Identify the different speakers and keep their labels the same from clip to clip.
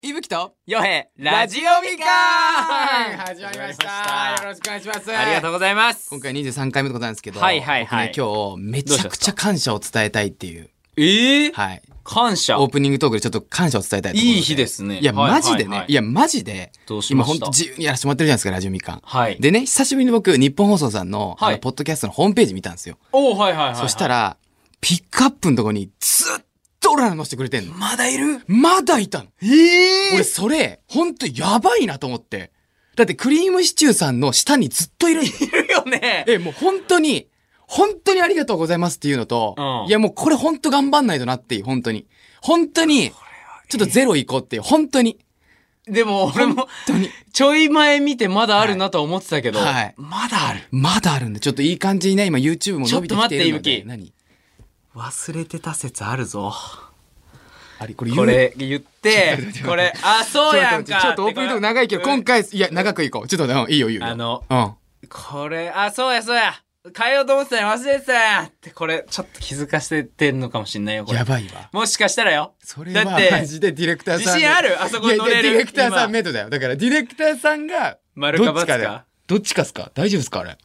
Speaker 1: 吹雪と
Speaker 2: ヨヘラジオみかん
Speaker 1: 始まりましたよろしくお願いします
Speaker 2: ありがとうございます
Speaker 1: 今回23回目のことなんですけど、
Speaker 2: はいはいはい
Speaker 1: 僕ね、今日、めちゃくちゃ感謝を伝えたいっていう、
Speaker 2: ええ
Speaker 1: はい。
Speaker 2: 感謝
Speaker 1: オープニングトークでちょっと感謝を伝えたいと思うの
Speaker 2: いい日ですね
Speaker 1: いや、
Speaker 2: はい
Speaker 1: マジでね、
Speaker 2: はいいはい
Speaker 1: や、マジで、
Speaker 2: どうし
Speaker 1: 今
Speaker 2: まし
Speaker 1: 本
Speaker 2: た
Speaker 1: 当自由にやらせてもらってるじゃないですか、ラジオみかん。
Speaker 2: はい
Speaker 1: でね、久しぶりに僕、日本放送さんの、
Speaker 2: はい
Speaker 1: あのポッドキャストのホームページ見たんですよ。
Speaker 2: おーはいはいはいはい
Speaker 1: そしたら、ピックアップのとこに、ずっと俺らの載せてくれてんの。
Speaker 2: まだいる
Speaker 1: まだいたの
Speaker 2: え
Speaker 1: 俺それ、ほんとやばいなと思って。だってクリームシチューさんの下にずっといるんだよ。
Speaker 2: いるよね
Speaker 1: え、もう本当に、本当にありがとうございますっていうのと、
Speaker 2: うん
Speaker 1: いやもうこれ本当頑張んないとなっていう、本当に。本当に、ちょっとゼロ行こうっていう、本当に。
Speaker 2: でも俺も
Speaker 1: 本当に。
Speaker 2: ちょい前見てまだあるなとは思ってたけど、
Speaker 1: はい
Speaker 2: まだある
Speaker 1: まだあるんで、ちょっといい感じにね、今 YouTube も伸びてきているので。
Speaker 2: ちょっと待って
Speaker 1: 何
Speaker 2: 忘れてた説あるぞ
Speaker 1: あれ、これ言う
Speaker 2: これ言ってこれあそうやんか
Speaker 1: ちょっと待ってちょっとオープニングトーク長いけど、今
Speaker 2: 回
Speaker 1: 回、いや、長く行こう。ちょっとでもいいよ、いいよ。
Speaker 2: あの
Speaker 1: うん。
Speaker 2: これあそうやそうや変えようと思ってたよ忘れてたやんってこれちょっと気づかせてんのかもしんないよこれ
Speaker 1: やばいわ。
Speaker 2: もしかしたらよ
Speaker 1: それは
Speaker 2: だって
Speaker 1: マジでディレクターさん
Speaker 2: 自信あるあそこ乗れる
Speaker 1: いやいやディレクターさ
Speaker 2: 今
Speaker 1: んメイドだよだからディレクターさんが
Speaker 2: 丸か
Speaker 1: どっち
Speaker 2: バツか
Speaker 1: だよどっちかっすか大丈夫っすかあれ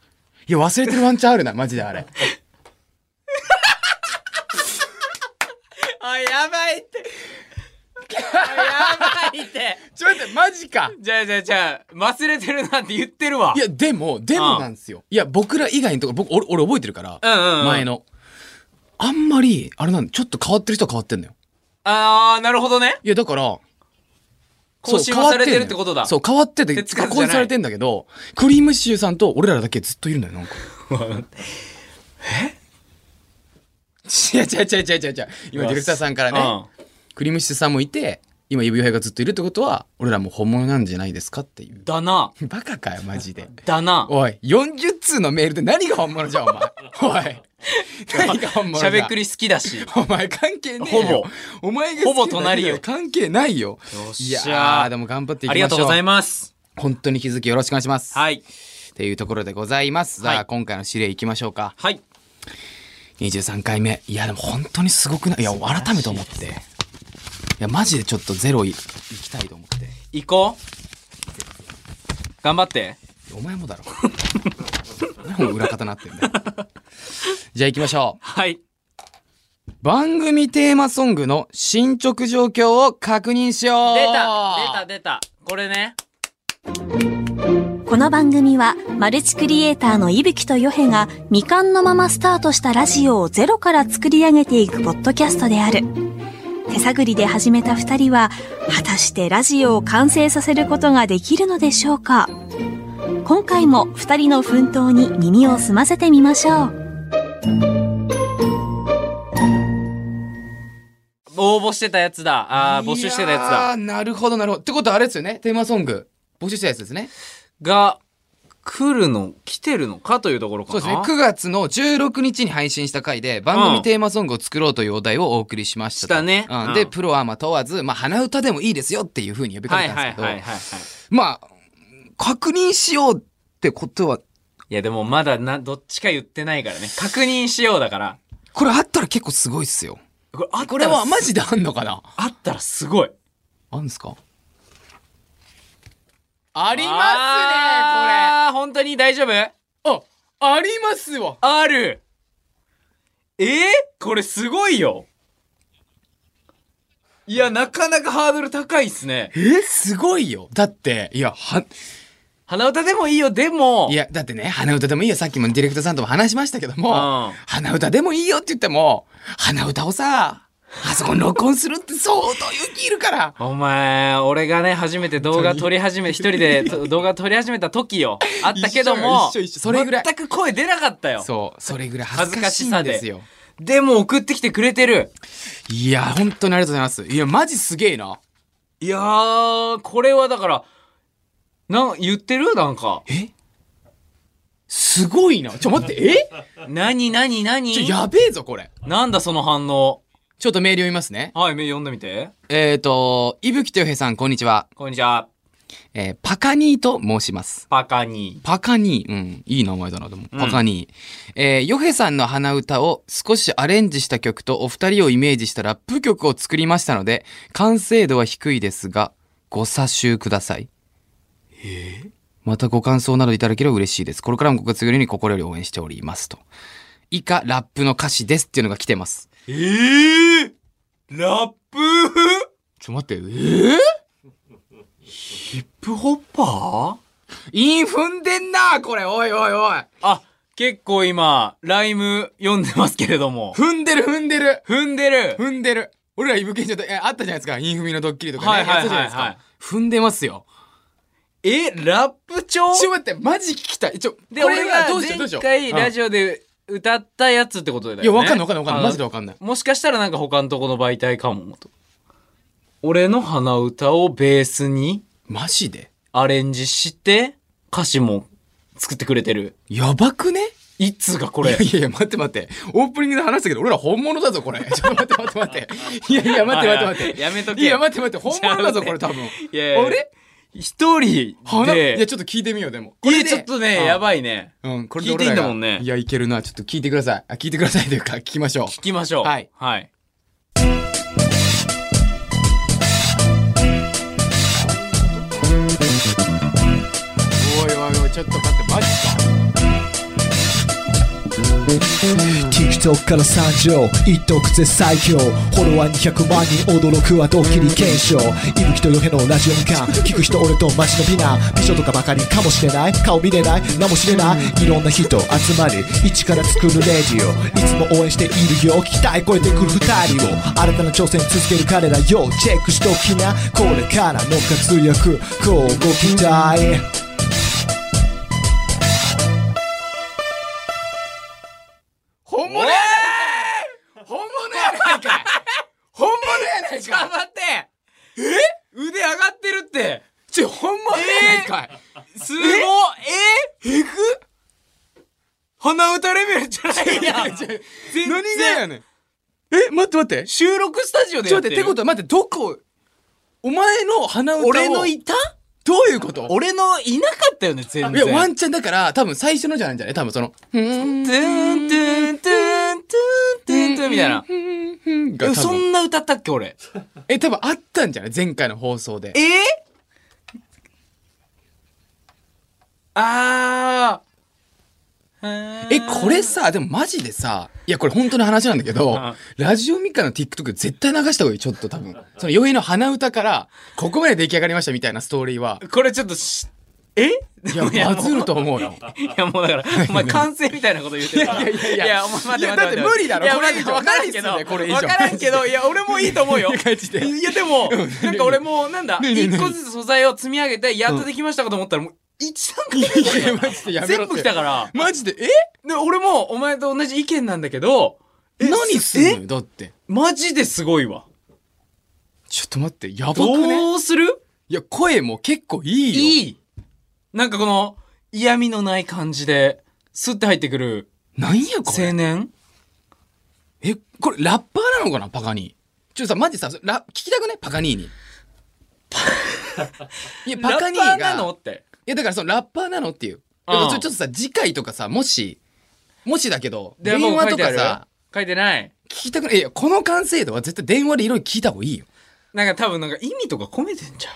Speaker 1: いや忘れてるワンチャンあるなマジであれ
Speaker 2: あやばい ってあやばいって
Speaker 1: ちょっと待ってマジか
Speaker 2: じゃあじゃあじゃあ忘れてるなんて言ってるわ
Speaker 1: いやでもでもなんですよいや僕ら以外のとこ僕俺俺覚えてるから、
Speaker 2: うんうんうん
Speaker 1: 前のあんまりあれなんだちょっと変わってる人は変わってんのよ
Speaker 2: ああなるほど ね
Speaker 1: いやだから
Speaker 2: 更新はされてるってことだ
Speaker 1: そう変わってて
Speaker 2: 手つかずじゃない
Speaker 1: 更新されてんだけどクリームシチューさんと俺らだけずっといるんだよなんかえ違う違う違う違う違う違う今ディレクターさんからね、
Speaker 2: うん
Speaker 1: クリームシチューさんもいて今指輪がずっといるってことは俺らもう本物なんじゃないですかっていう
Speaker 2: だな
Speaker 1: バカかよマジで
Speaker 2: だな
Speaker 1: おい40通のメールで何が本物じゃんお 前おい何が本物
Speaker 2: し
Speaker 1: じゃ
Speaker 2: ゃ
Speaker 1: ん
Speaker 2: べくり好き だし
Speaker 1: お前関係ねえよ
Speaker 2: ほぼ
Speaker 1: お前が
Speaker 2: ほぼ
Speaker 1: 好きなだけだ
Speaker 2: 隣よ
Speaker 1: 関係ないよ
Speaker 2: よっ
Speaker 1: い
Speaker 2: し
Speaker 1: や
Speaker 2: ゃ
Speaker 1: ーでも頑張っていきましょう
Speaker 2: ありがとうござい
Speaker 1: ま
Speaker 2: ます
Speaker 1: す本当に気づきよろしくお願いします
Speaker 2: はい
Speaker 1: っていうところでございますさあ、
Speaker 2: はい
Speaker 1: 今回の指令いきましょうか
Speaker 2: はい
Speaker 1: 23回目いやでも本当にすごくないいや改めて思っていやマジでちょっとゼロい行きたいと思って
Speaker 2: 行こう頑張って
Speaker 1: お前も だろ何も裏方なってんだよじゃあ行きましょ
Speaker 2: はい。
Speaker 1: う番組テーマソングの進捗状況を確認しよう
Speaker 2: 出た出た出たこれね。
Speaker 3: この番組はマルチクリエイターの伊吹とヨヘが未完のままスタートしたラジオをゼロから作り上げていくポッドキャストである手探りで始めた二人は果たしてラジオを完成させることができるのでしょうか今回も二人の奮闘に耳を澄ませてみましょう
Speaker 2: 応募してたやつだ。あー募集してたやつ
Speaker 1: あ
Speaker 2: だ。
Speaker 1: なるほどなるほどってことはあれですよねテーマソング募集してたやつですね
Speaker 2: が、来るの、来てるのかというところか
Speaker 1: そう
Speaker 2: な。
Speaker 1: ですね9月の16日に配信した回で番組テーマソングを作ろうというお題をお送りしましたと
Speaker 2: したね
Speaker 1: うん
Speaker 2: うん
Speaker 1: でプロアマ問わず、まあ、鼻歌でもいいですよっていうふうに呼びか
Speaker 2: は
Speaker 1: け
Speaker 2: い
Speaker 1: たんです
Speaker 2: はい
Speaker 1: けど、
Speaker 2: はいはいはい。
Speaker 1: まあ確認しようってことはい
Speaker 2: やでもまだな、どっちか言ってないからね。確認しようだから。
Speaker 1: これあったら結構すごいっすよ
Speaker 2: これあったら
Speaker 1: これはマジ
Speaker 2: で
Speaker 1: であんのかな
Speaker 2: あったらすごい。
Speaker 1: あんすかありま
Speaker 2: あー本当に大丈夫
Speaker 1: すねこれあありますわ
Speaker 2: あるえー、これすごいよいや、なかなかハードル高いっすね。
Speaker 1: えすごいよだっていやは
Speaker 2: 鼻歌でもいいよ、でも。
Speaker 1: いやだってね鼻歌でもいいよさっきもディレクターさんとも話しましたけども、
Speaker 2: うん
Speaker 1: 鼻歌でもいいよって言っても鼻歌をさあそこに録音するって相当勇気いるから
Speaker 2: お前、俺がね、初めて動画撮り始め、一人 でと動画撮り始めた時よ。あったけども、
Speaker 1: 一緒一緒一緒それぐらい
Speaker 2: 全く声出なかったよ。
Speaker 1: そうそれぐらい恥ずかしいんですよ
Speaker 2: でも送ってきてくれてる。
Speaker 1: いや本当にありがとうございますいやマジすげえない
Speaker 2: やー、これはだから、なん、言ってるなんか。
Speaker 1: えすごいなちょ待ってえ
Speaker 2: なになになに
Speaker 1: ちょやべえぞこれ
Speaker 2: なんだその反応。
Speaker 1: ちょっとメール読みますね
Speaker 2: はい、目読んでみて。
Speaker 1: えっ、ー、と伊吹とよへさんこんにちは、
Speaker 2: こんにちは。
Speaker 1: えーパカニーと申します
Speaker 2: パカニ
Speaker 1: パカニー。うん。いい名前だな、でも。
Speaker 2: ん
Speaker 1: パカニー。えー、ヨヘさんの鼻歌を少しアレンジした曲とお二人をイメージしたラップ曲を作りましたので、完成度は低いですが、ご査集ください。またご感想などいただければ嬉しいです。これからもご活躍に心より応援しておりますと。以下、ラップの歌詞ですっていうのが来てます。
Speaker 2: えー、ラップ
Speaker 1: ちょ、待って、えー、
Speaker 2: ヒップホッパー
Speaker 1: イン踏んでんなこれ、おいおいおい。
Speaker 2: あ、結構今、ライム読んでますけれども。
Speaker 1: 踏んでる踏んでる
Speaker 2: 踏んでる
Speaker 1: 踏んでる俺らイブケンちゃんと、え、あったじゃないですか。インフミのドッキリとかね。
Speaker 2: はいはいはいはい
Speaker 1: やったじゃなですか。踏んでますよ。
Speaker 2: え、ラップ調
Speaker 1: ちょ、待って、マジ聞きたい。ちょ、
Speaker 2: で、
Speaker 1: これ
Speaker 2: 俺が
Speaker 1: どうしようどうし
Speaker 2: 前
Speaker 1: よう
Speaker 2: 回ラ
Speaker 1: オ。
Speaker 2: ジオで歌ったやつってことだよね。
Speaker 1: いや、わかんないわかんないわかんない。
Speaker 2: あ
Speaker 1: マジでわかんない。
Speaker 2: もしかしたらなんか他のとこの媒体かもと。俺の鼻歌をベースに
Speaker 1: マジで
Speaker 2: アレンジして歌詞も作ってくれてる。
Speaker 1: やばくね
Speaker 2: いつがこ
Speaker 1: い
Speaker 2: れ
Speaker 1: や。いやいや、待って待って。オープニングで話したけど、俺ら本物だぞ、これ。ちょっと待って待って待って。いやいや、待って待って待って。
Speaker 2: やめとけ。
Speaker 1: いや、待って待って。本物だぞ、
Speaker 2: ち
Speaker 1: こ
Speaker 2: ゃう
Speaker 1: れ
Speaker 2: ね
Speaker 1: 多分。
Speaker 2: いやいや
Speaker 1: 俺
Speaker 2: 一人
Speaker 1: 花い
Speaker 2: で。
Speaker 1: や、ちょっと聞いてみよう、でも。
Speaker 2: これちょっとね、や
Speaker 1: い。
Speaker 2: ばいね。
Speaker 1: うん、これ
Speaker 2: 聞いていいんだもんね
Speaker 1: 俺らがいや、いけるな。ちょっと聞いてください。あ、聞いてくださいというか、聞きましょう。
Speaker 2: 聞きましょう。
Speaker 1: はい
Speaker 2: はい。
Speaker 1: おいおいおい、ちょっと待って、マジか。
Speaker 4: TikTok から参上一徳絶最強フォロワー200万人驚くはドッキリ検証いぶきとよへのラジオみかん聞く人俺と街の美男美女とかばかりかもしれない顔見れない名も知れないいろんな人集まり一から作るレディオいつも応援しているよ期待超えてくる二人を新たな挑戦続ける彼らよチェックしときなこれからの活躍こうご期待
Speaker 1: 本物やないかい本物やないかい本物やない
Speaker 2: ちょっ
Speaker 1: か
Speaker 2: と
Speaker 1: い
Speaker 2: 待ってえ腕上がってるって
Speaker 1: ちょ、本物やないかい
Speaker 2: すごいえええぐ鼻歌レベルじゃないやん
Speaker 1: ちょ
Speaker 2: 全然
Speaker 1: 何がやねんえ、待って待って。ち
Speaker 2: 収録スタジオで
Speaker 1: ょっ
Speaker 2: やっ
Speaker 1: と待って、
Speaker 2: てる
Speaker 1: ってことは待って、どこ、お前の鼻歌を。
Speaker 2: 俺のいた
Speaker 1: どういうこと
Speaker 2: 俺のいなかったよね全
Speaker 1: いや、
Speaker 2: 然
Speaker 1: ワンチャンだから、多分最初のじゃないんじゃない多分その、ふーん、
Speaker 2: トゥントゥントゥントゥントゥントゥンみたいな
Speaker 1: ふーん、ふーんが
Speaker 2: え
Speaker 1: 多
Speaker 2: そ
Speaker 1: 分。
Speaker 2: んな歌ったっけ俺
Speaker 1: え、多分あったんじゃない前回の放送で。
Speaker 2: えー、あー
Speaker 1: え、これさ、でもマジでさ、いや、これ本当の話なんだけど
Speaker 2: あ、
Speaker 1: ラジオミカの TikTok 絶対流した方がいい、ちょっと多分。その、余韻の鼻歌から、ここまで出来上がりましたみたいなストーリーは、
Speaker 2: これちょっとしえ
Speaker 1: いや、バズると思うよ。
Speaker 2: いやもうだから、お前完成みたいなこと言ってるから。
Speaker 1: いやいやいや
Speaker 2: いや、お前待って
Speaker 1: いや
Speaker 2: 待って待
Speaker 1: だって無理だろ
Speaker 2: いや
Speaker 1: これ以上
Speaker 2: 待ってわからんけ
Speaker 1: 何
Speaker 2: ど、
Speaker 1: すんだよこれ以上
Speaker 2: わからんけど、いや、俺もいいと 思うよ。
Speaker 1: マジで
Speaker 2: いや、でも、なんか俺もう、なんだ、
Speaker 1: ねえねえねえ
Speaker 2: 一個ずつ素材を積み上げて、やっとできましたかと思ったら、もう、一段階
Speaker 1: い や、マジでやめろ
Speaker 2: 全
Speaker 1: って。
Speaker 2: 部来たから。
Speaker 1: マジで、え
Speaker 2: で、俺も、お前と同じ意見なんだけど、え
Speaker 1: 何すんの
Speaker 2: え
Speaker 1: よ、だって。
Speaker 2: マジですごいわ。
Speaker 1: ちょっと待って、やばくね
Speaker 2: どうする
Speaker 1: いや、声も結構いいよ。
Speaker 2: いい。なんかこの、嫌味のない感じで、スッて入ってくる
Speaker 1: なんや、こ
Speaker 2: 青
Speaker 1: れ。
Speaker 2: 年
Speaker 1: え、これ、ラッパーなのかな、パガニー。ちょっとさ、マジさ、ラ、聞きたくねパガニー に。いや、パガニー
Speaker 2: ラッ
Speaker 1: が。
Speaker 2: パーなのって。
Speaker 1: いや、だからそのラッパーなのっていう。
Speaker 2: うん
Speaker 1: やっぱそれちょっとさ、次回とかさ、もし、もしだけど、
Speaker 2: 電
Speaker 1: 電
Speaker 2: 話
Speaker 1: 話と
Speaker 2: とか
Speaker 1: か
Speaker 2: さ
Speaker 1: さ、、
Speaker 2: 書いてない。
Speaker 1: 聞きたくない。いや、この完成度は絶対電話でいろいろ聞いた方がいいよ。
Speaker 2: なんか多分なんか意味とか込めてんじゃん。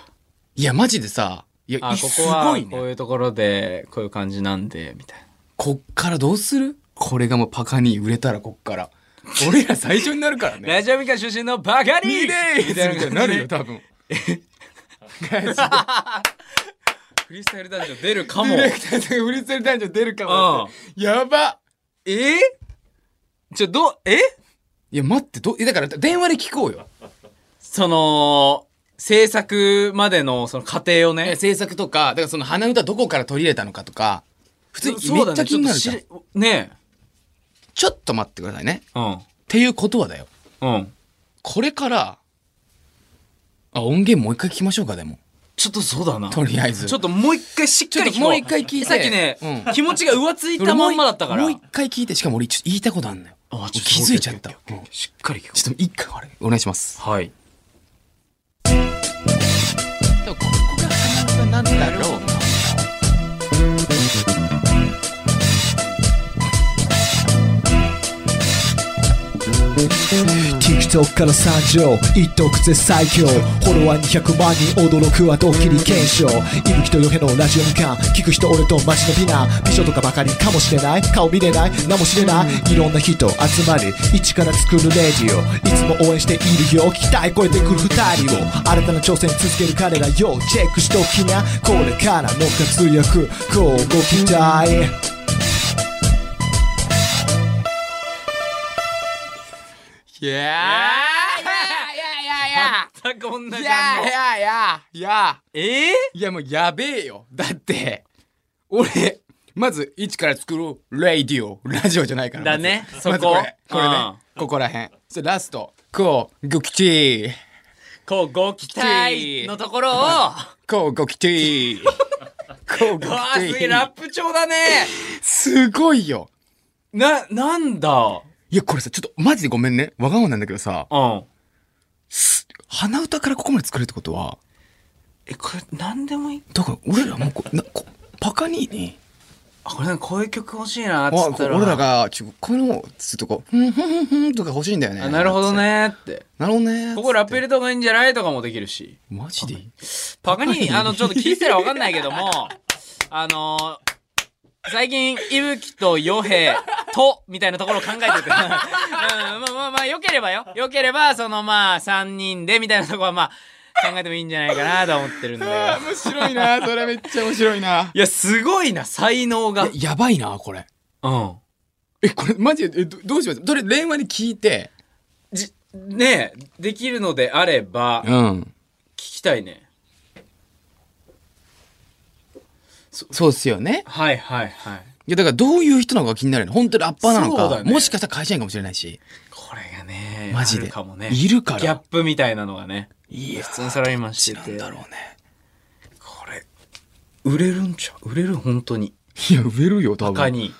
Speaker 1: いや、マジでさ、いや、
Speaker 2: あ、
Speaker 1: い
Speaker 2: こ
Speaker 1: す
Speaker 2: こは
Speaker 1: ごい
Speaker 2: こう
Speaker 1: ね。
Speaker 2: いうところで、こういう感じなんで、みたいな。
Speaker 1: こっからどうするこれがもうパカに売れたらこっから。俺ら最初になるからね。
Speaker 2: ラジオミカ出身のバカ
Speaker 1: い
Speaker 2: リ
Speaker 1: いでーすみ
Speaker 2: みた
Speaker 1: た
Speaker 2: い
Speaker 1: い
Speaker 2: な
Speaker 1: に
Speaker 2: な
Speaker 1: な
Speaker 2: る
Speaker 1: る
Speaker 2: よ
Speaker 1: よ、。多分。
Speaker 2: フリースタイルダンジョン出るか
Speaker 1: デ
Speaker 2: も
Speaker 1: ィ。レクターさんが売りつる男女出るかもって。やば
Speaker 2: えーちょ、どう、え
Speaker 1: いや、待って、ど、えだから電話で聞こうよ。
Speaker 2: その、制作までのその過程を
Speaker 1: え
Speaker 2: ね。
Speaker 1: 制作とか、だからその鼻歌どこから取り入れたのかとか、普通にめっちゃ気になるじゃん。
Speaker 2: ちょっと知れね
Speaker 1: ちょっと待ってくださいね。
Speaker 2: え。
Speaker 1: っていうことはだよ。
Speaker 2: うん。うん。
Speaker 1: これから、あ、音源もう一回聞きましょうか、でも。
Speaker 2: ちょっとそうだな。
Speaker 1: とりあえず。
Speaker 2: ちょっともう一回しっかり聞こ
Speaker 1: ちょっともう一回聞いて
Speaker 2: さっきね、
Speaker 1: うん
Speaker 2: 気持ちが浮ついたまんまだったから。
Speaker 1: もう一回聞いて、しかも俺ちょっと言いたことあんのよ。
Speaker 2: あちょっと
Speaker 1: 気づいちゃった。
Speaker 2: オ
Speaker 1: う
Speaker 2: ッ
Speaker 1: ん
Speaker 2: ケーオッケーオッケーしっかり聞こ
Speaker 1: ちょっと一回、あれ、お願いします。
Speaker 2: う。はい。
Speaker 1: でもここが鼻歌なんだろうな。
Speaker 4: TikTok とから参上一徳絶最強フォロワー200万人驚くはドッキリ検証いぶきとよへのラジオみかん聞く人俺とマジのピナ美女とかばかりかもしれない顔見れない名も知れないいろんな人集まり一から作るレディオいつも応援しているよ聞きたい声で来る二人を新たな挑戦続ける彼らよチェックしときなこれからの活躍こうご期待
Speaker 1: いやいやいやいや
Speaker 2: 全く同
Speaker 1: い
Speaker 2: じ反応
Speaker 1: やいやいやいや
Speaker 2: ええ
Speaker 1: いやもうやべえよだって俺まず一から作るレイディオラジオじゃないから
Speaker 2: だね
Speaker 1: まず
Speaker 2: そこ
Speaker 1: まずこれこれね
Speaker 2: う
Speaker 1: ここらへんそれラストこうごきち
Speaker 2: こうご期待のところをわ
Speaker 1: こうごきちこうごき
Speaker 2: あすげ
Speaker 1: ち
Speaker 2: えラップ調だね
Speaker 1: すごいよ
Speaker 2: ななんだ
Speaker 1: いやこれさちょっとマジでごめんねわがままなんだけどさ
Speaker 2: うん
Speaker 1: 鼻歌からここまで作るってことは
Speaker 2: えこれ何でもいい
Speaker 1: だから俺らもこなこパカニーに
Speaker 2: あこれなんかこういう曲欲しいなっつ
Speaker 1: あ
Speaker 2: ったら
Speaker 1: 俺らがちょこういうのをつうとこうふんふんふんふんとか欲しいんだよね
Speaker 2: あなるほどねって
Speaker 1: なるほどね
Speaker 2: ここラップ入れた方がいいんじゃないとかもできるし
Speaker 1: マジで
Speaker 2: パカにあのちょっと聞いてたらわかんないけど もあの最近いぶきとよへとみたいなところを考えてて、うん、まあまあまあよければよよければそのまあ3人でみたいなところはまあ考えてもいいんじゃないかなと思ってるんだ
Speaker 1: あ
Speaker 2: けど
Speaker 1: 面白いなそれめっちゃ面白いない
Speaker 2: やすごいな才能が
Speaker 1: ややばいなこれ
Speaker 2: うん
Speaker 1: えこれマジでえどどうしますどれ電話に聞いて
Speaker 2: じねえできるのであれば聞
Speaker 1: ん
Speaker 2: きたいね
Speaker 1: そうっすよね
Speaker 2: はいはいはい
Speaker 1: いやだからどういう人なのか気になるよね本当にラッパーなの
Speaker 2: そうだ
Speaker 1: か、
Speaker 2: よね
Speaker 1: もしかしたら会社員かもしれないし
Speaker 2: これがね
Speaker 1: マジで
Speaker 2: あるかもね
Speaker 1: いるから
Speaker 2: ギャップみたいなのがね
Speaker 1: いや
Speaker 2: 普通にサラリーマンして
Speaker 1: なん
Speaker 2: て
Speaker 1: だろうね
Speaker 2: これ売れるんちゃう売れる本当に
Speaker 1: いや植えるよ多分
Speaker 2: 他に
Speaker 1: い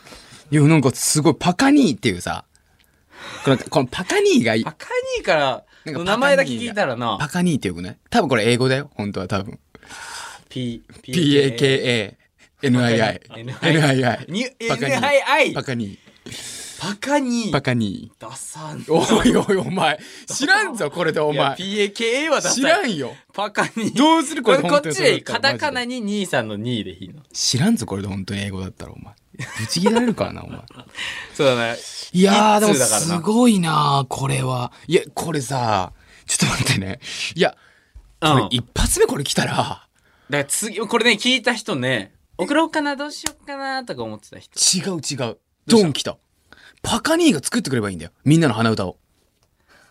Speaker 1: やなんかすごいパカニーっていうさ このこのパカニーがいい
Speaker 2: 赤にから
Speaker 1: なんか
Speaker 2: の名前だけ聞いたらな
Speaker 1: パカニーってよくない多分これ英語だよ本当は多分
Speaker 2: P
Speaker 1: PAKANII NII
Speaker 2: に
Speaker 1: パカニー
Speaker 2: NII
Speaker 1: パカニ
Speaker 2: バカに
Speaker 1: ーパカニー
Speaker 2: ダサん
Speaker 1: おいおいお前知らんぞこれでお
Speaker 2: いや
Speaker 1: 前
Speaker 2: PAKA はダサい
Speaker 1: 知らんよ
Speaker 2: バカに
Speaker 1: どうする
Speaker 2: こ
Speaker 1: こ
Speaker 2: れ
Speaker 1: れ
Speaker 2: こっ
Speaker 1: 本当に
Speaker 2: ち
Speaker 1: それだ
Speaker 2: で
Speaker 1: ったら
Speaker 2: カタカナに兄さんの2でいいの
Speaker 1: 知らんぞこれで本当に英語だったらお前ぶち切られるからなお前
Speaker 2: そうだね
Speaker 1: いやー
Speaker 2: 一
Speaker 1: でも
Speaker 2: 通だからな
Speaker 1: すごいなーこれはいやこれさちょっと待ってねいやこれ
Speaker 2: うん
Speaker 1: 一発目これ来たら
Speaker 2: だから次、これね、聞いた人ね、送ろうかな、どうしようかな、とか思ってた人。
Speaker 1: 違う違うドン来たパカニーが作ってくればいいんだよみんなの鼻歌を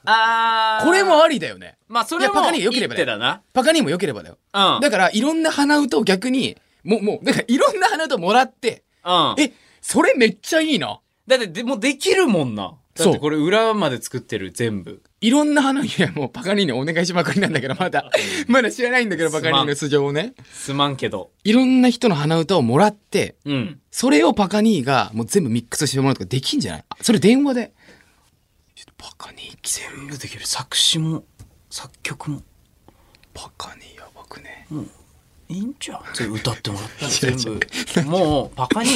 Speaker 2: あー。
Speaker 1: これもありだよね
Speaker 2: まあ、それ
Speaker 1: いや
Speaker 2: も、
Speaker 1: バカに良ければ
Speaker 2: 一
Speaker 1: ね
Speaker 2: 手だな。
Speaker 1: パカニーも良ければだよ
Speaker 2: うん。
Speaker 1: だからいろんな鼻歌を逆にもうもうだからいろんな鼻歌もらって
Speaker 2: うん。
Speaker 1: えそれめっちゃいいな
Speaker 2: だって、でもうできるもんな。だっ
Speaker 1: そ
Speaker 2: て
Speaker 1: う
Speaker 2: これ裏まで作ってる、全部。
Speaker 1: いろんな花いやもうパカニーにお願いしまくりなんだけどまだまだ知らないんだけどパカニーの素性をね
Speaker 2: すまんけど。
Speaker 1: いろんな人の鼻歌をもらって
Speaker 2: うん。
Speaker 1: それをパカニーがもう全部ミックスしてもらうとかできんじゃないあそれ電話でちょっとパカニー来てる
Speaker 2: 全部できる。作詞も、作曲も。
Speaker 1: パカニーやばくね
Speaker 2: いいんちゃう全部歌ってもらったら
Speaker 1: 違う
Speaker 2: 全部。もう、バカに、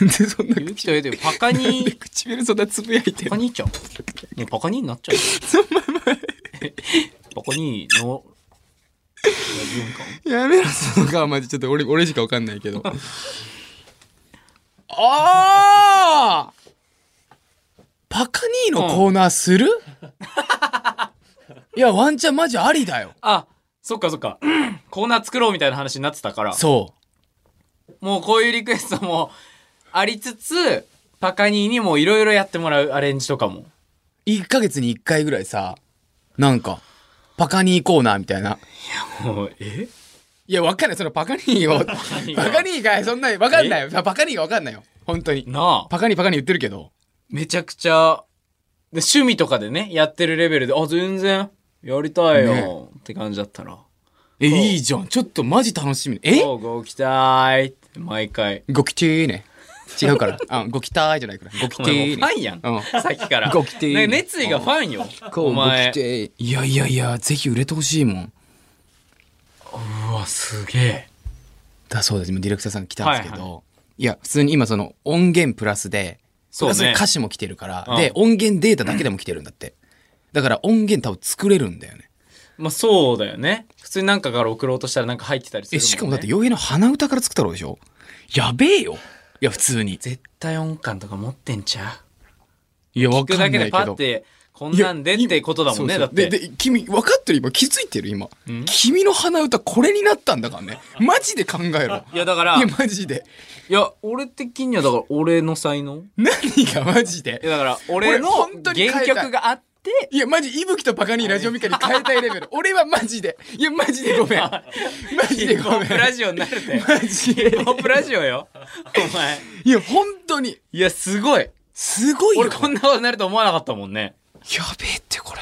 Speaker 1: なんでそんな
Speaker 2: ゆうきとえで、バカに、
Speaker 1: 唇そんなつぶやいて
Speaker 2: バカにちゃう。ね、バカになっちゃう。バカにの、ラジオみかん
Speaker 1: やめろその顔マジちょっと俺俺しかわかんない けどあーパカニーのコーナーする、 いやワンチャンマジありだよ
Speaker 2: あ、そっかそっか。コーナー作ろうみたいな話になってたから、
Speaker 1: そ
Speaker 2: もうこういうリクエストもありつつ、パカニーにもいろいろやってもらうアレンジとかも。
Speaker 1: う1ヶ月に1回ぐらいさなんかパカニーコーナーみたいな
Speaker 2: もうえ
Speaker 1: いやわかんないそのパカニーをパ
Speaker 2: カニーが
Speaker 1: カニーがそんなわかんないよパカニーがわかんないよ本当に
Speaker 2: なあ、
Speaker 1: パカニーパカニー言ってるけど
Speaker 2: めちゃくちゃ、で趣味とかでね、やってるレベルで、あ、全然やりたい
Speaker 1: ね
Speaker 2: よって感じだったら、
Speaker 1: えいいじゃんちょっとマジ楽しみえ
Speaker 2: おうご期待って毎回。
Speaker 1: ごきてーね。違う から。あ、ごきたーじゃないから。ごき
Speaker 2: お
Speaker 1: て
Speaker 2: 前
Speaker 1: ー
Speaker 2: もうファ
Speaker 1: ね。
Speaker 2: ンやん。
Speaker 1: うん
Speaker 2: さっきから。
Speaker 1: ご期待
Speaker 2: ね熱意がファンよ。
Speaker 1: こう
Speaker 2: お
Speaker 1: ご
Speaker 2: 前
Speaker 1: き。てー。いやいやいや、ぜひ売れてほしいもん。
Speaker 2: うわ、すげえ。
Speaker 1: だそうです。今ディレクターさんが来たんですけど。
Speaker 2: はいい
Speaker 1: や、普通に今その音源プラスで、
Speaker 2: そうね
Speaker 1: プラス歌詞も来てるから、
Speaker 2: うん
Speaker 1: で、音源データだけでも来てるんだって。だから音源多分作れるんだよね。
Speaker 2: まあそうだよね。普通になんかから送ろうとしたらなんか入ってたりする
Speaker 1: え、
Speaker 2: もん、ね。
Speaker 1: しかもだって、洋平の鼻歌から作ったろうでしょやべえよ。いや、普通に。
Speaker 2: 絶対音感とか持ってんちゃ
Speaker 1: いや、
Speaker 2: う
Speaker 1: わ
Speaker 2: 聞く
Speaker 1: か
Speaker 2: だ
Speaker 1: ん
Speaker 2: け
Speaker 1: な
Speaker 2: で
Speaker 1: い
Speaker 2: パ
Speaker 1: け
Speaker 2: ッ
Speaker 1: ど。
Speaker 2: て、こんなんでってことだもんね、
Speaker 5: そう
Speaker 2: だ
Speaker 5: そう
Speaker 2: って。
Speaker 5: で、で、君、分かってる今、気づいてる今。君の鼻歌、これになったんだからね。マジで考えろ。
Speaker 2: いや、だから、
Speaker 5: い
Speaker 2: い
Speaker 5: や、
Speaker 2: や、
Speaker 5: マジで。
Speaker 2: 俺的にはだから俺の才能
Speaker 5: 何がマジ
Speaker 2: い
Speaker 5: で。
Speaker 2: や、だから俺の
Speaker 5: これ本当に変えた
Speaker 2: 原
Speaker 5: い
Speaker 2: 曲があって、
Speaker 5: いや、マジ、いぶきとバカにラジオミカに変えたいレベル。俺はマジで。いや、マジでごめん。マジで
Speaker 2: ヒップ
Speaker 5: ご
Speaker 2: ホ
Speaker 5: めん
Speaker 2: ップ。ラジオになるって。
Speaker 5: マジ
Speaker 2: ヒップ
Speaker 5: で。
Speaker 2: ホップラジオよ。お前。
Speaker 5: いや、本当に。
Speaker 2: いや、すごい。
Speaker 5: すごいよ。
Speaker 2: 俺こんなことになると思わなかったもんね。
Speaker 1: やべえって、これ。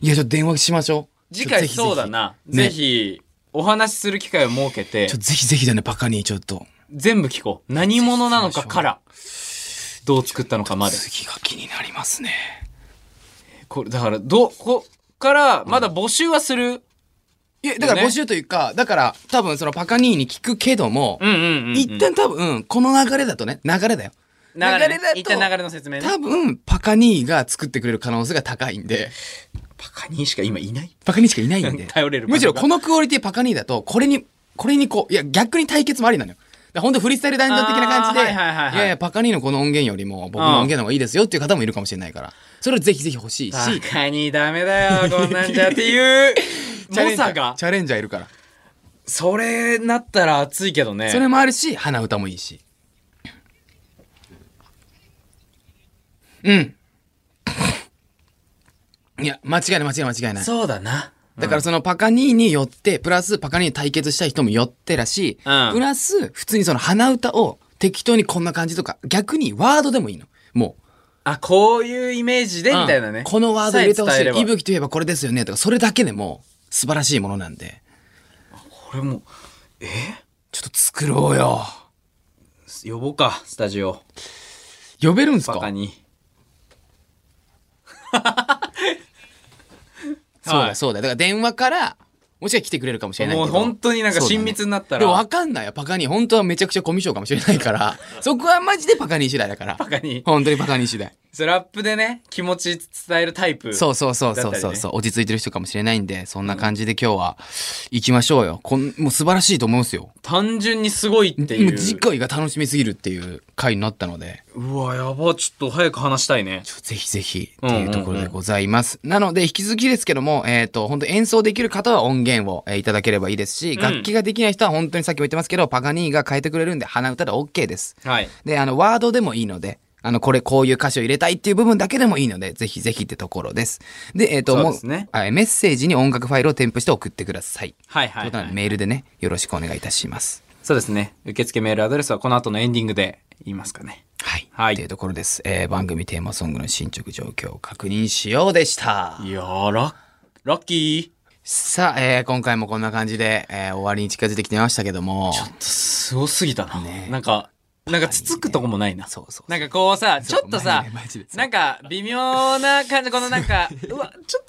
Speaker 1: いや、ちょっと電話しましょう。
Speaker 2: 次回
Speaker 1: ちょ
Speaker 2: そ
Speaker 1: っと
Speaker 2: うだな。ぜ
Speaker 1: ぜひぜひ
Speaker 2: ひ、お話しする機会を設けて
Speaker 1: ちょ、っとぜひぜひだね、バカに、ちょっと。
Speaker 2: 全部聞こう。何者なのかから、どう作ったのかまで。
Speaker 1: 次が気になりますね。
Speaker 2: これ、だから、どう、こっから、まだ募集はする。
Speaker 1: いや、だから
Speaker 2: ね
Speaker 1: 募集というか、だから、多分そのパカニーに聞くけども、
Speaker 2: うんうんうん、うん。
Speaker 1: 一旦多分、この流れだとね、流れだよ。
Speaker 2: 流れ,、
Speaker 1: 流れだと
Speaker 2: 一旦流れの説明ね。
Speaker 1: 多分、パカニーが作ってくれる可能性が高いんで、
Speaker 2: バカにしか今いない
Speaker 1: パカニーしかいないんで。
Speaker 2: 頼れる
Speaker 1: むしろこ
Speaker 2: の
Speaker 1: のクオリティパカニーだと、これに、これにこう、いや、逆に対決もありなのよ。だから本当フリースタイルダンジョン的な感じで、
Speaker 2: あーはいはいはいはい
Speaker 1: いやいや、パカニーのこの音源よりも、僕の音源の方がいいですよっていう方もいるかもしれないから、それをぜひぜひ欲しいし、
Speaker 2: バカにダメ だよ、こんなんじゃっていう、
Speaker 1: チャレ
Speaker 2: 猛
Speaker 1: ンジャ
Speaker 2: さ
Speaker 1: ー、
Speaker 2: が。
Speaker 1: チャレンジャーいるから。
Speaker 2: それなったら熱いけどね。
Speaker 1: それもあるし、鼻歌もいいし。うん。 いや、間違いない、間違いない、間違いない。
Speaker 2: そうだな。
Speaker 1: だからそのパカニーによって、プラスパカニーに対決したい人もよってらしい、
Speaker 2: うん
Speaker 1: プラス普通にその鼻歌を適当にこんな感じとか、逆にワードでもいいの。もう。
Speaker 2: あ、こういうイメージで、みたいな
Speaker 1: う
Speaker 2: ね
Speaker 1: ん。このワード入れてほし
Speaker 2: さえ伝えば
Speaker 1: い。いぶきといえばこれですよねとか、それだけでも素晴らしいものなんで、
Speaker 2: これも、
Speaker 1: ちょっと作ろうよ。
Speaker 2: 呼ぼうか、スタジオ。
Speaker 1: 呼べるんす
Speaker 2: バカ
Speaker 1: か
Speaker 2: に。
Speaker 1: そう
Speaker 2: は
Speaker 1: だ、
Speaker 2: い
Speaker 1: そうだ。だから電話から、もしか来てくれるかもしれないけ
Speaker 2: も
Speaker 1: ど。
Speaker 2: う本当になんか親密になったら、
Speaker 1: でも分かんないよ。パカニー。本当はめちゃくちゃコミュ障かもしれない から。そこはマジでパカニー次第だから。
Speaker 2: バカに。
Speaker 1: 本当にパカニー次第。
Speaker 2: スラップでね、気持ち伝えるタイプ。
Speaker 1: そうそうそうそう
Speaker 2: だった
Speaker 1: そ
Speaker 2: り
Speaker 1: う
Speaker 2: ね
Speaker 1: そう、落ち着いてる人かもしれないんで、そんな感じで今日は行きましょうよ。こんもう素晴らしいと思うんですよ。
Speaker 2: 単純にすごいってい
Speaker 1: もう
Speaker 2: う。
Speaker 1: 次回が楽しみすぎるっていう回になったので、
Speaker 2: うわ、やば、ちょっと早く話したいね。
Speaker 1: ちょぜひぜひっていうところでございます。なので、引き続きですけども、えっ、と、本当演奏できる方は音源を、えーいただければいいですし、
Speaker 2: ん
Speaker 1: 楽器ができない人は本当にさっきも言ってますけど、パガニーが変えてくれるんで、鼻歌で OK です。
Speaker 2: はい。
Speaker 1: で、あの、ワードでもいいので、あの、これ、こういう歌詞を入れたいっていう部分だけでもいいので、ぜひぜひってところです。で、えっ、と、
Speaker 2: そう
Speaker 1: も
Speaker 2: ですね
Speaker 1: あメッセージに音楽ファイルを添付して送ってください。
Speaker 2: はいは
Speaker 1: というこ
Speaker 2: い、
Speaker 1: とな
Speaker 2: は
Speaker 1: んで
Speaker 2: い。
Speaker 1: メールでね、よろしくお願いいたします。
Speaker 2: そうですね。受付メールアドレスはこの後のエンディングで言いますかね。
Speaker 1: はい。
Speaker 2: はい
Speaker 1: っていうところです。えー番組テーマソングの進捗状況を確認しようでした。
Speaker 2: いやー、ラッ、ラッキー。
Speaker 1: さあ、えー今回もこんな感じで、えー終わりに近づいてきてましたけども。
Speaker 2: すごすぎたな。なんか、なんかつつくとこもないな。
Speaker 1: そうそう
Speaker 2: なんかこうさ、ちょっと
Speaker 1: マ
Speaker 2: さ
Speaker 1: ジでマジで、
Speaker 2: なんか微妙な感じ、このな んか、うわ、ちょっと、うわ、聞くのはずい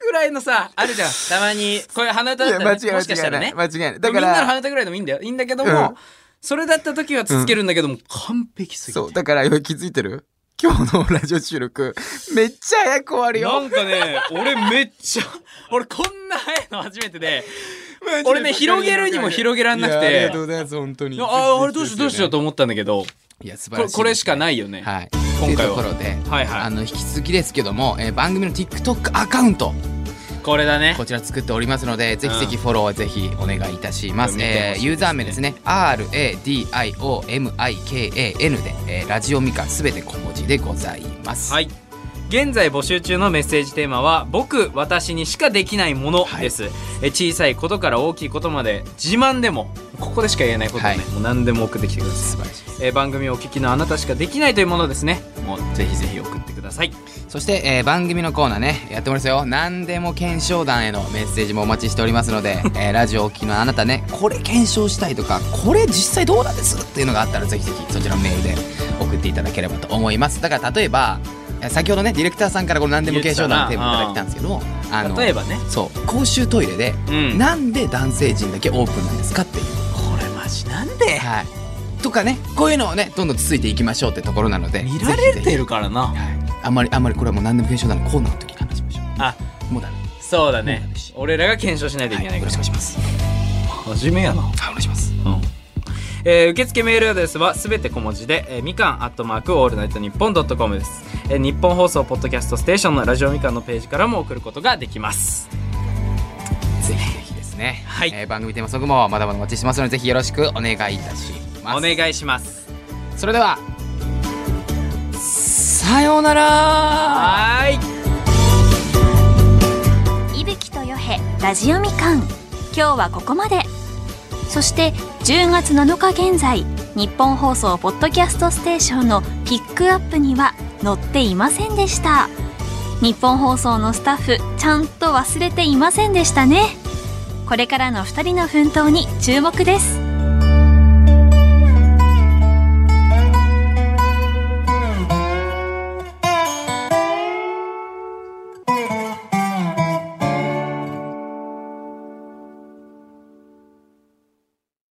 Speaker 2: ぐらいのさ、あるじゃん。たまに、こういう鼻歌だったら、ね、もしかしたらね。
Speaker 1: 違いない。
Speaker 2: みんなの鼻歌ぐらいでもいいんだよ。いいんだけども、
Speaker 1: うん
Speaker 2: それだった時は続けるんだけども、完璧すぎて。
Speaker 1: そう、だから気づいてる今日のラジオ収録、めっちゃ早く終わる
Speaker 2: な
Speaker 1: よ。
Speaker 2: んかね、俺めっちゃ、俺こんな早いの初めてで、俺ね、広げるにも広げらんなく
Speaker 1: いやあり
Speaker 2: て
Speaker 1: がとう、ございます、本当に。
Speaker 2: ああ、俺どうしようどうしよう
Speaker 1: と。
Speaker 2: と思ったんだけど、
Speaker 1: いや、素晴
Speaker 2: こ
Speaker 1: ら
Speaker 2: れ
Speaker 1: しい。。
Speaker 2: これしかないいよね。
Speaker 1: はい。
Speaker 2: 今回
Speaker 1: というと
Speaker 2: は
Speaker 1: ころで、
Speaker 2: はいはい
Speaker 1: あの、引き続きですけども、えー番組の TikTok アカウント、
Speaker 2: これだね。
Speaker 1: こちら作っておりますので、ぜひぜひフォローをぜひお願いいたします。
Speaker 2: 見て
Speaker 1: え
Speaker 2: ほし
Speaker 1: ー
Speaker 2: いですね
Speaker 1: ユーザー名ですね、RADIOMIKAN で、えーラジオミカすべて小文字でございます。
Speaker 2: はい。現在募集中のメッセージテーマは「僕私にしかできないもの」です、え小さいことから大きいことまで自慢でもここでしか言えないことを
Speaker 1: は
Speaker 2: ね、
Speaker 1: い
Speaker 2: もう何でも送ってきてくださ
Speaker 1: 素晴らしいです。
Speaker 2: い、えー番組をお聞きのあなたしかできないというものですねもうぜひぜひ送ってください
Speaker 1: そして、えー番組のコーナーねやってますよ何でも検証団へのメッセージもお待ちしておりますので、 えーラジオをお聞きのあなたねこれ検証したいとかこれ実際どうなんですっていうのがあったらぜひぜひそちらのメールで送っていただければと思いますだから例えばえー先ほどねディレクターさんからこの何でも検証団のテーマいただきたんですけどもあの
Speaker 2: 例えばね
Speaker 1: そう公衆トイレで、
Speaker 2: うん
Speaker 1: なんで男性陣だけオープンなんですかっていう
Speaker 2: これマジなんで
Speaker 1: はいとかねこういうのをねどんどん続いていきましょうってところなので
Speaker 2: 見ら
Speaker 1: ぜひ
Speaker 2: れ
Speaker 1: ぜ
Speaker 2: て
Speaker 1: ひ
Speaker 2: るからな
Speaker 1: はいあんまりあんまりこれはもう何でも検証団のコーナーの時に話しましょ
Speaker 2: あ
Speaker 1: うもうだめ
Speaker 2: そうだね俺らが検証しないといけない
Speaker 1: よ
Speaker 2: か
Speaker 1: ろ
Speaker 2: ら
Speaker 1: しくお願いします
Speaker 2: 真面目やな
Speaker 1: はいお願いします
Speaker 2: えー受付メールアドレスはすべて小文字で、えーみかんアットマークオールナイトニッポンドットコムです、えー日本放送ポッドキャストステーションのラジオみかんのページからも送ることができます
Speaker 1: ぜひぜひですね
Speaker 2: はい
Speaker 1: えー番組テーマソングもまだまだお待ちしてますのでぜひよろしくお願いいたします
Speaker 2: お願いします
Speaker 1: それではさようなら
Speaker 2: はーい
Speaker 3: 伊吹とよへラジオみかん今日はここまでそして10月7日現在日本放送ポッドキャストステーションのピックアップには載っていませんでした日本放送のスタッフちゃんと忘れていませんでしたねこれからの2人の奮闘に注目です